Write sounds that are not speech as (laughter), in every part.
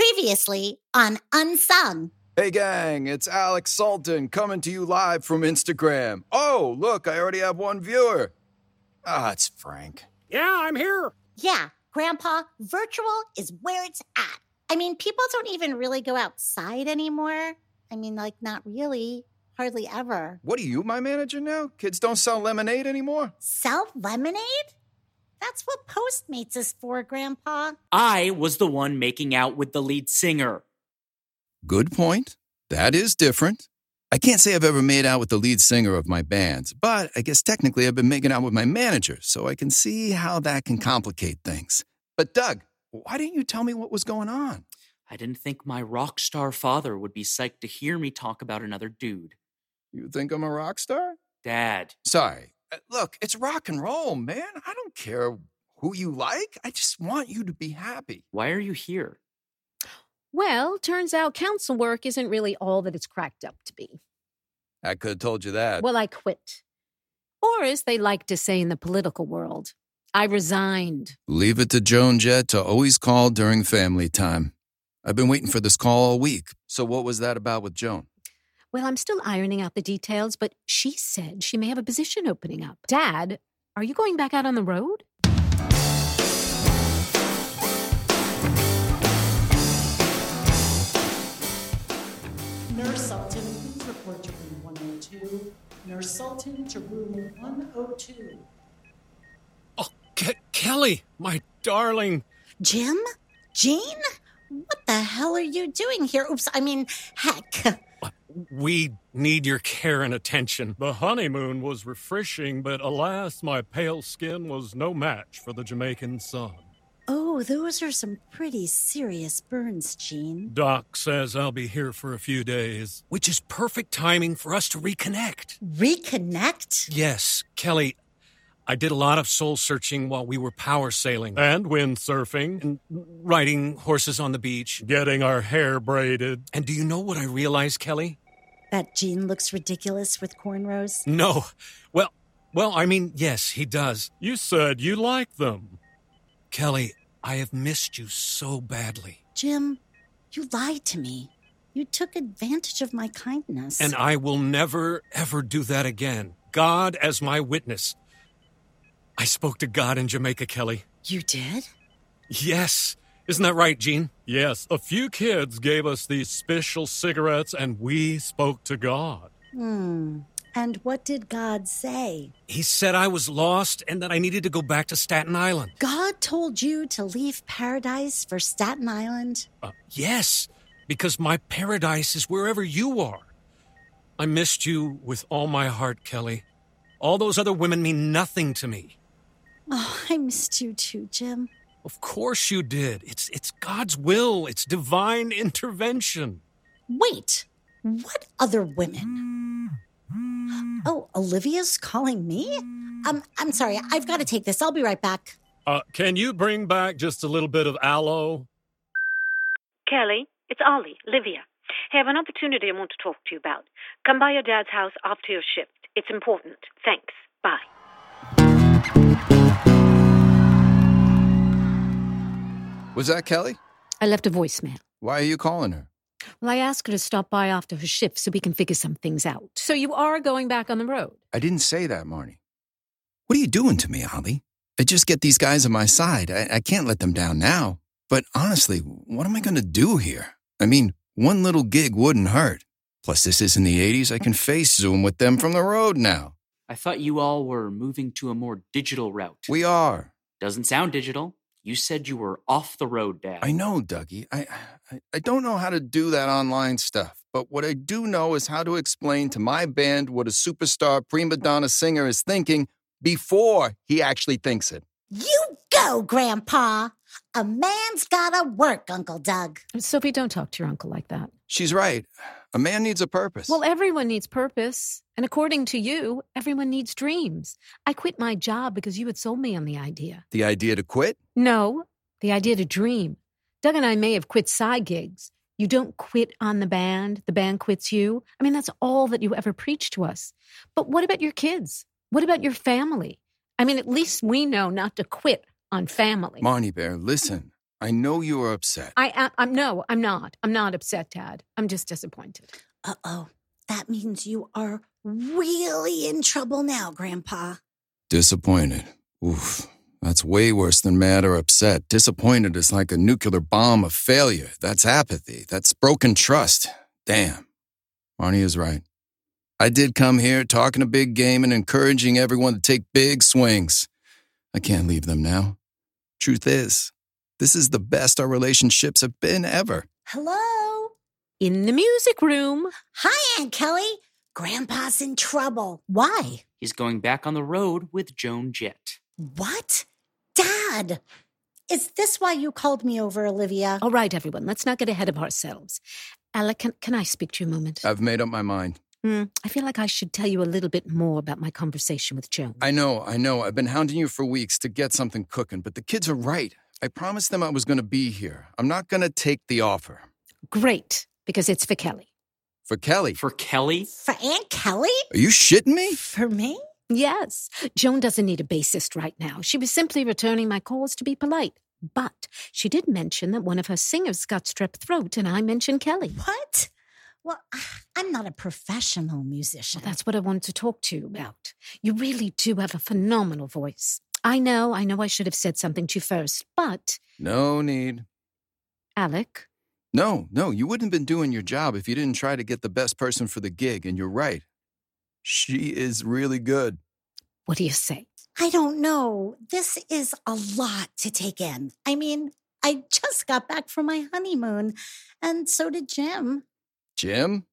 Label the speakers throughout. Speaker 1: Previously on Unsung.
Speaker 2: Hey gang, it's Alex Salton coming to you live from Instagram. Oh, look, I already have one viewer. Ah, it's Frank.
Speaker 3: Yeah, I'm here.
Speaker 1: Yeah, Grandpa, virtual is where it's at. I mean, people don't even really go outside anymore. I mean, like, not really, hardly ever.
Speaker 2: What are you, my manager now? Kids don't sell lemonade anymore?
Speaker 1: Sell lemonade? That's what Postmates is for, Grandpa.
Speaker 4: I was the one making out with the lead singer.
Speaker 2: Good point. That is different. I can't say I've ever made out with the lead singer of my band, but I guess technically I've been making out with my manager, so I can see how that can complicate things. But Doug, why didn't you tell me what was going on?
Speaker 4: I didn't think my rock star father would be psyched to hear me talk about another dude.
Speaker 2: You think I'm a rock star?
Speaker 4: Dad,
Speaker 2: Sorry. Uh, Look, it's rock and roll, man. I don't care who you like. I just want you to be happy.
Speaker 4: why are you here?
Speaker 5: Well, turns out council work isn't really all that it's cracked up to be.
Speaker 2: I could have told you that.
Speaker 5: Well, I quit. Or as they like to say in the political world, I resigned.
Speaker 2: Leave it to Joan Jett to always call during family time. I've been waiting for this call all week. So what was that about with Joan?
Speaker 5: Well, I'm still ironing out the details, but she said she may have a position opening up. Dad, are you going back out on the road?
Speaker 6: Nurse Sultan, please report to room 102. Nurse Sultan to room 102.
Speaker 3: Oh, Ke- Kelly, my darling.
Speaker 1: Jim? Jane? What the hell are you doing here? Oops, I mean, heck.
Speaker 3: We need your care and attention.
Speaker 7: The honeymoon was refreshing, but alas, my pale skin was no match for the Jamaican sun.
Speaker 1: Oh, those are some pretty serious burns, Jean.
Speaker 7: Doc says I'll be here for a few days.
Speaker 3: Which is perfect timing for us to reconnect.
Speaker 1: Reconnect?
Speaker 3: Yes, Kelly, I did a lot of soul searching while we were power sailing
Speaker 7: And windsurfing,
Speaker 3: and riding horses on the beach.
Speaker 7: getting our hair braided.
Speaker 3: And do you know what I realized, Kelly?
Speaker 1: That Jean looks ridiculous with cornrows.
Speaker 3: No. Well, well, I mean, yes, he does.
Speaker 7: You said you liked them.
Speaker 3: Kelly, I have missed you so badly.
Speaker 1: Jim, you lied to me. You took advantage of my kindness.
Speaker 3: And I will never, ever do that again. God as my witness. I spoke to God in Jamaica, Kelly.
Speaker 1: you did?
Speaker 3: Yes. Isn't that right, Gene?
Speaker 7: Yes, a few kids gave us these special cigarettes and we spoke to God.
Speaker 1: Hmm. And what did God say?
Speaker 3: He said I was lost and that I needed to go back to Staten Island.
Speaker 1: God told you to leave paradise for Staten Island?
Speaker 3: Uh, Yes, because my paradise is wherever you are. I missed you with all my heart, Kelly. All those other women mean nothing to me.
Speaker 1: Oh, I missed you too, Jim.
Speaker 3: Of course you did. It's it's God's will. It's divine intervention.
Speaker 1: Wait, what other women? Oh, Olivia's calling me? Um, I'm sorry, I've got to take this. I'll be right back.
Speaker 7: Uh, can you bring back just a little bit of aloe?
Speaker 8: Kelly, it's Ollie, Livia. Hey, I have an opportunity I want to talk to you about. Come by your dad's house after your shift. It's important. Thanks. Bye.
Speaker 2: Was that Kelly?
Speaker 5: I left a voicemail.
Speaker 2: Why are you calling her?
Speaker 5: Well, I asked her to stop by after her shift so we can figure some things out. So you are going back on the road.
Speaker 2: I didn't say that, Marnie. What are you doing to me, Ollie? I just get these guys on my side. I, I can't let them down now. But honestly, what am I going to do here? I mean, one little gig wouldn't hurt. Plus, this isn't the 80s. I can face Zoom with them from the road now.
Speaker 4: I thought you all were moving to a more digital route.
Speaker 2: We are.
Speaker 4: Doesn't sound digital. You said you were off the road, Dad.
Speaker 2: I know, Dougie. I, I I don't know how to do that online stuff, but what I do know is how to explain to my band what a superstar prima donna singer is thinking before he actually thinks it.
Speaker 1: You go, Grandpa. A man's gotta work, Uncle Doug.
Speaker 5: Sophie, don't talk to your uncle like that.
Speaker 2: She's right. A man needs a purpose.
Speaker 5: Well, everyone needs purpose. And according to you, everyone needs dreams. I quit my job because you had sold me on the idea.
Speaker 2: the idea to quit?
Speaker 5: No, the idea to dream. Doug and I may have quit side gigs. You don't quit on the band, the band quits you. I mean, that's all that you ever preached to us. But what about your kids? What about your family? I mean, at least we know not to quit on family.
Speaker 2: Marnie Bear, listen. I know you are upset.
Speaker 5: I am. I'm, no, I'm not. I'm not upset, Dad. I'm just disappointed.
Speaker 1: Uh oh. That means you are really in trouble now, Grandpa.
Speaker 2: Disappointed. Oof. That's way worse than mad or upset. Disappointed is like a nuclear bomb of failure. That's apathy. That's broken trust. Damn. Arnie is right. I did come here talking a big game and encouraging everyone to take big swings. I can't leave them now. Truth is, this is the best our relationships have been ever.
Speaker 1: Hello?
Speaker 5: In the music room.
Speaker 1: Hi, Aunt Kelly. Grandpa's in trouble. Why?
Speaker 4: He's going back on the road with Joan Jett.
Speaker 1: What? Dad! Is this why you called me over, Olivia?
Speaker 5: All right, everyone, let's not get ahead of ourselves. Alec, can, can I speak to you a moment?
Speaker 2: I've made up my mind.
Speaker 5: Hmm, I feel like I should tell you a little bit more about my conversation with Joan.
Speaker 2: I know, I know. I've been hounding you for weeks to get something cooking, but the kids are right. I promised them I was going to be here. I'm not going to take the offer.
Speaker 5: Great, because it's for Kelly.
Speaker 2: For Kelly.
Speaker 4: For Kelly?
Speaker 1: For Aunt Kelly?
Speaker 2: Are you shitting me?
Speaker 1: For me?
Speaker 5: Yes, Joan doesn't need a bassist right now. She was simply returning my calls to be polite. But she did mention that one of her singers got strep throat, and I mentioned Kelly.
Speaker 1: What? Well, (sighs) I'm not a professional musician.
Speaker 5: Well, that's what I wanted to talk to you about. You really do have a phenomenal voice. I know, I know I should have said something to you first, but
Speaker 2: No need.
Speaker 5: Alec,
Speaker 2: No, no, you wouldn't have been doing your job if you didn't try to get the best person for the gig, and you're right. She is really good.
Speaker 5: what do you say?
Speaker 1: I don't know. This is a lot to take in. I mean, I just got back from my honeymoon, and so did Jim.
Speaker 2: Jim?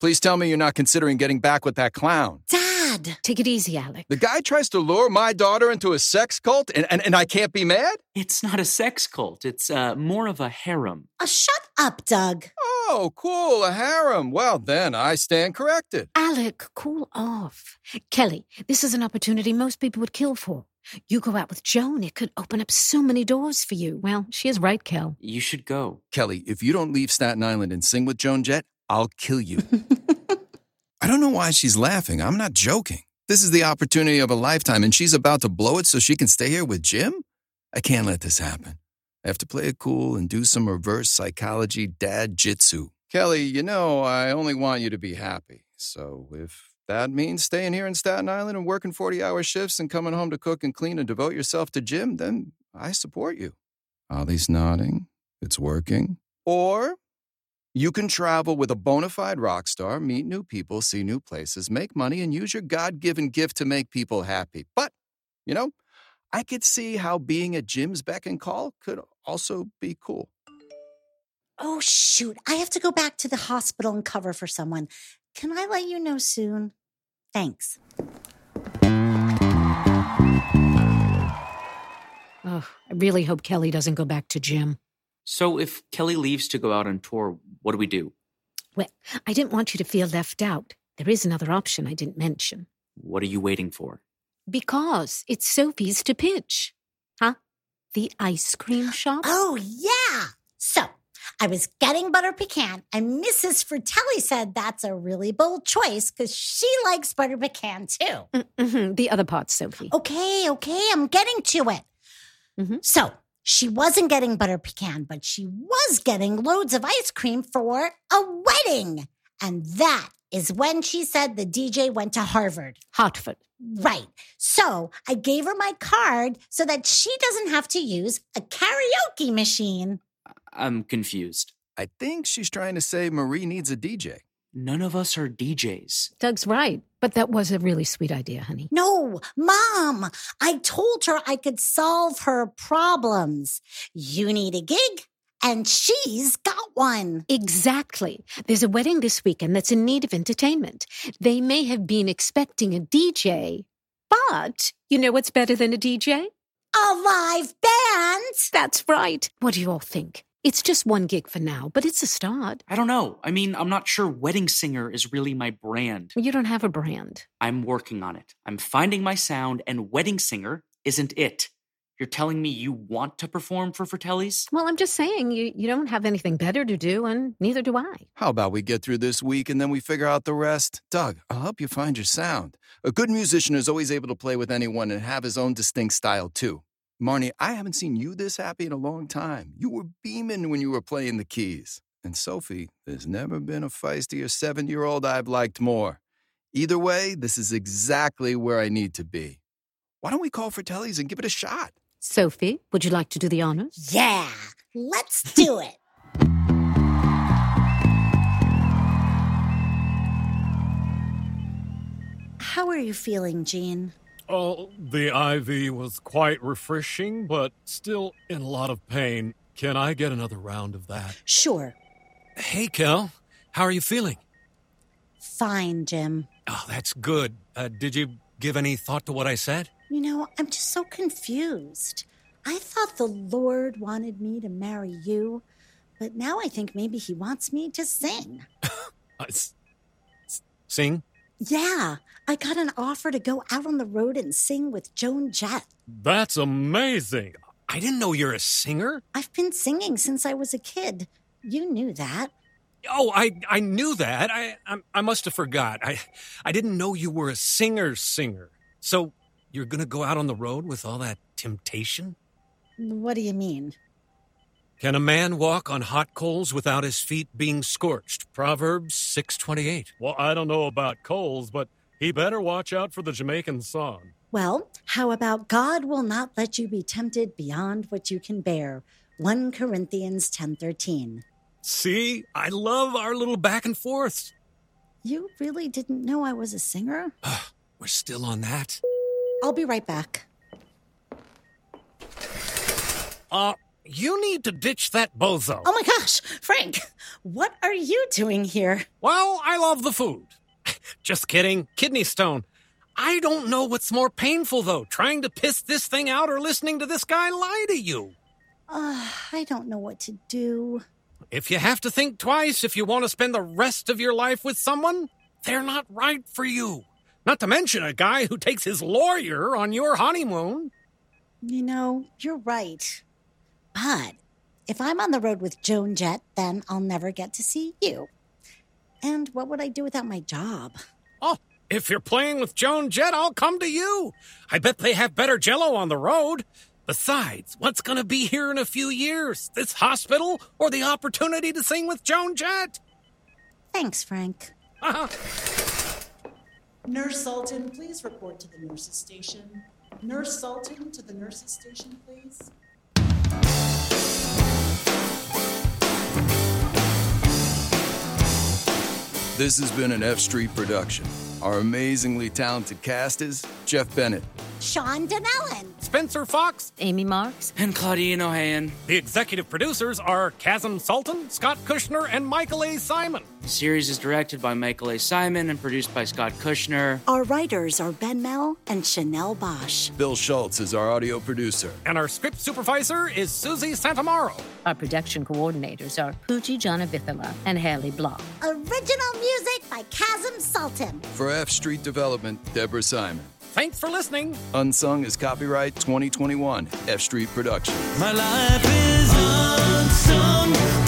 Speaker 2: Please tell me you're not considering getting back with that clown.
Speaker 1: Dad!
Speaker 5: Take it easy, Alec.
Speaker 2: The guy tries to lure my daughter into a sex cult, and, and, and I can't be mad?
Speaker 4: It's not a sex cult, it's uh, more of a harem.
Speaker 1: Uh, shut up, Doug.
Speaker 2: Oh, cool, a harem. Well, then I stand corrected.
Speaker 5: Alec, cool off. Kelly, this is an opportunity most people would kill for. You go out with Joan, it could open up so many doors for you. Well, she is right, Kel.
Speaker 4: You should go.
Speaker 2: Kelly, if you don't leave Staten Island and sing with Joan Jett, I'll kill you. I don't know why she's laughing. I'm not joking. This is the opportunity of a lifetime, and she's about to blow it so she can stay here with Jim? I can't let this happen. I have to play it cool and do some reverse psychology dad jitsu. Kelly, you know, I only want you to be happy. So if that means staying here in Staten Island and working 40 hour shifts and coming home to cook and clean and devote yourself to Jim, then I support you. Ollie's nodding. It's working. Or you can travel with a bona fide rock star, meet new people, see new places, make money, and use your God given gift to make people happy. But, you know, I could see how being at Jim's beck and call could also be cool.
Speaker 1: Oh, shoot. I have to go back to the hospital and cover for someone. Can I let you know soon? Thanks.
Speaker 5: Oh, I really hope Kelly doesn't go back to Jim.
Speaker 4: So if Kelly leaves to go out on tour, what do we do?
Speaker 5: Well, I didn't want you to feel left out. There is another option I didn't mention.
Speaker 4: What are you waiting for?
Speaker 5: Because it's Sophie's to pitch. Huh? The ice cream shop?
Speaker 1: Oh, yeah. So I was getting butter pecan, and Mrs. Fratelli said that's a really bold choice because she likes butter pecan too.
Speaker 5: Mm-hmm, the other part, Sophie.
Speaker 1: Oh. Okay, okay, I'm getting to it.
Speaker 5: Mhm.
Speaker 1: So she wasn't getting butter pecan, but she was getting loads of ice cream for a wedding. And that is when she said the DJ went to Harvard.
Speaker 5: Hartford.
Speaker 1: Right. So I gave her my card so that she doesn't have to use a karaoke machine.
Speaker 4: I'm confused.
Speaker 2: I think she's trying to say Marie needs a DJ.
Speaker 4: None of us are DJs.
Speaker 5: Doug's right. But that was a really sweet idea, honey.
Speaker 1: No, mom, I told her I could solve her problems. You need a gig, and she's got one.
Speaker 5: Exactly. There's a wedding this weekend that's in need of entertainment. They may have been expecting a DJ, but you know what's better than a DJ?
Speaker 1: A live band.
Speaker 5: That's right. What do you all think? It's just one gig for now, but it's a start.
Speaker 4: I don't know. I mean, I'm not sure wedding singer is really my brand.
Speaker 5: You don't have a brand.
Speaker 4: I'm working on it. I'm finding my sound, and wedding singer isn't it. You're telling me you want to perform for Fratelli's?
Speaker 5: Well, I'm just saying you, you don't have anything better to do, and neither do I.
Speaker 2: How about we get through this week and then we figure out the rest? Doug, I'll help you find your sound. A good musician is always able to play with anyone and have his own distinct style, too. Marnie, I haven't seen you this happy in a long time. You were beaming when you were playing the keys. And Sophie, there's never been a feistier seven year old I've liked more. Either way, this is exactly where I need to be. Why don't we call Fratelli's and give it a shot?
Speaker 5: Sophie, would you like to do the honors?
Speaker 1: Yeah, let's (laughs) do it. How are you feeling, Jean?
Speaker 7: Oh, the IV was quite refreshing, but still in a lot of pain. Can I get another round of that?
Speaker 1: Sure.
Speaker 3: Hey, Kel. How are you feeling?
Speaker 1: Fine, Jim.
Speaker 3: Oh, that's good. Uh, did you give any thought to what I said?
Speaker 1: You know, I'm just so confused. I thought the Lord wanted me to marry you, but now I think maybe he wants me to sing.
Speaker 3: Uh, s- s- sing?
Speaker 1: Yeah, I got an offer to go out on the road and sing with Joan Jett.
Speaker 7: That's amazing.
Speaker 3: I didn't know you're a singer.
Speaker 1: I've been singing since I was a kid. You knew that.
Speaker 3: Oh, I, I knew that. I, I I must have forgot. I I didn't know you were a singer singer. So you're gonna go out on the road with all that temptation?
Speaker 1: What do you mean?
Speaker 3: Can a man walk on hot coals without his feet being scorched? Proverbs six twenty eight.
Speaker 7: Well, I don't know about Coles, but he better watch out for the Jamaican sun.
Speaker 1: Well, how about God will not let you be tempted beyond what you can bear? 1 Corinthians 10:13.
Speaker 3: See, I love our little back and forths.
Speaker 1: You really didn't know I was a singer?
Speaker 3: We're still on that.
Speaker 1: I'll be right back.
Speaker 3: Uh you need to ditch that bozo.
Speaker 1: Oh my gosh, Frank, what are you doing here?
Speaker 3: Well, I love the food. (laughs) Just kidding. Kidney stone. I don't know what's more painful, though, trying to piss this thing out or listening to this guy lie to you.
Speaker 1: Uh, I don't know what to do.
Speaker 3: If you have to think twice if you want to spend the rest of your life with someone, they're not right for you. Not to mention a guy who takes his lawyer on your honeymoon.
Speaker 1: You know, you're right. But if I'm on the road with Joan Jett, then I'll never get to see you. And what would I do without my job?
Speaker 3: Oh, if you're playing with Joan Jett, I'll come to you. I bet they have better jello on the road. Besides, what's going to be here in a few years? This hospital or the opportunity to sing with Joan Jett?
Speaker 1: Thanks, Frank.
Speaker 6: Nurse Sultan, please report to the nurse's station. Nurse Sultan to the nurse's station, please.
Speaker 2: This has been an F Street production. Our amazingly talented cast is Jeff Bennett,
Speaker 1: Sean Donnellan.
Speaker 3: Spencer Fox.
Speaker 5: Amy Marks,
Speaker 4: And Claudine O'Hayan.
Speaker 3: The executive producers are Chasm Sultan, Scott Kushner, and Michael A. Simon.
Speaker 4: The series is directed by Michael A. Simon and produced by Scott Kushner.
Speaker 1: Our writers are Ben Mel and Chanel Bosch.
Speaker 2: Bill Schultz is our audio producer.
Speaker 3: And our script supervisor is Susie Santamaro.
Speaker 5: our production coordinators are Pooji Janavithila and Haley Block.
Speaker 1: Original music by Chasm Sultan.
Speaker 2: For F Street Development, Deborah Simon.
Speaker 3: Thanks for listening.
Speaker 2: Unsung is copyright 2021 F Street Production.
Speaker 9: My life is unsung.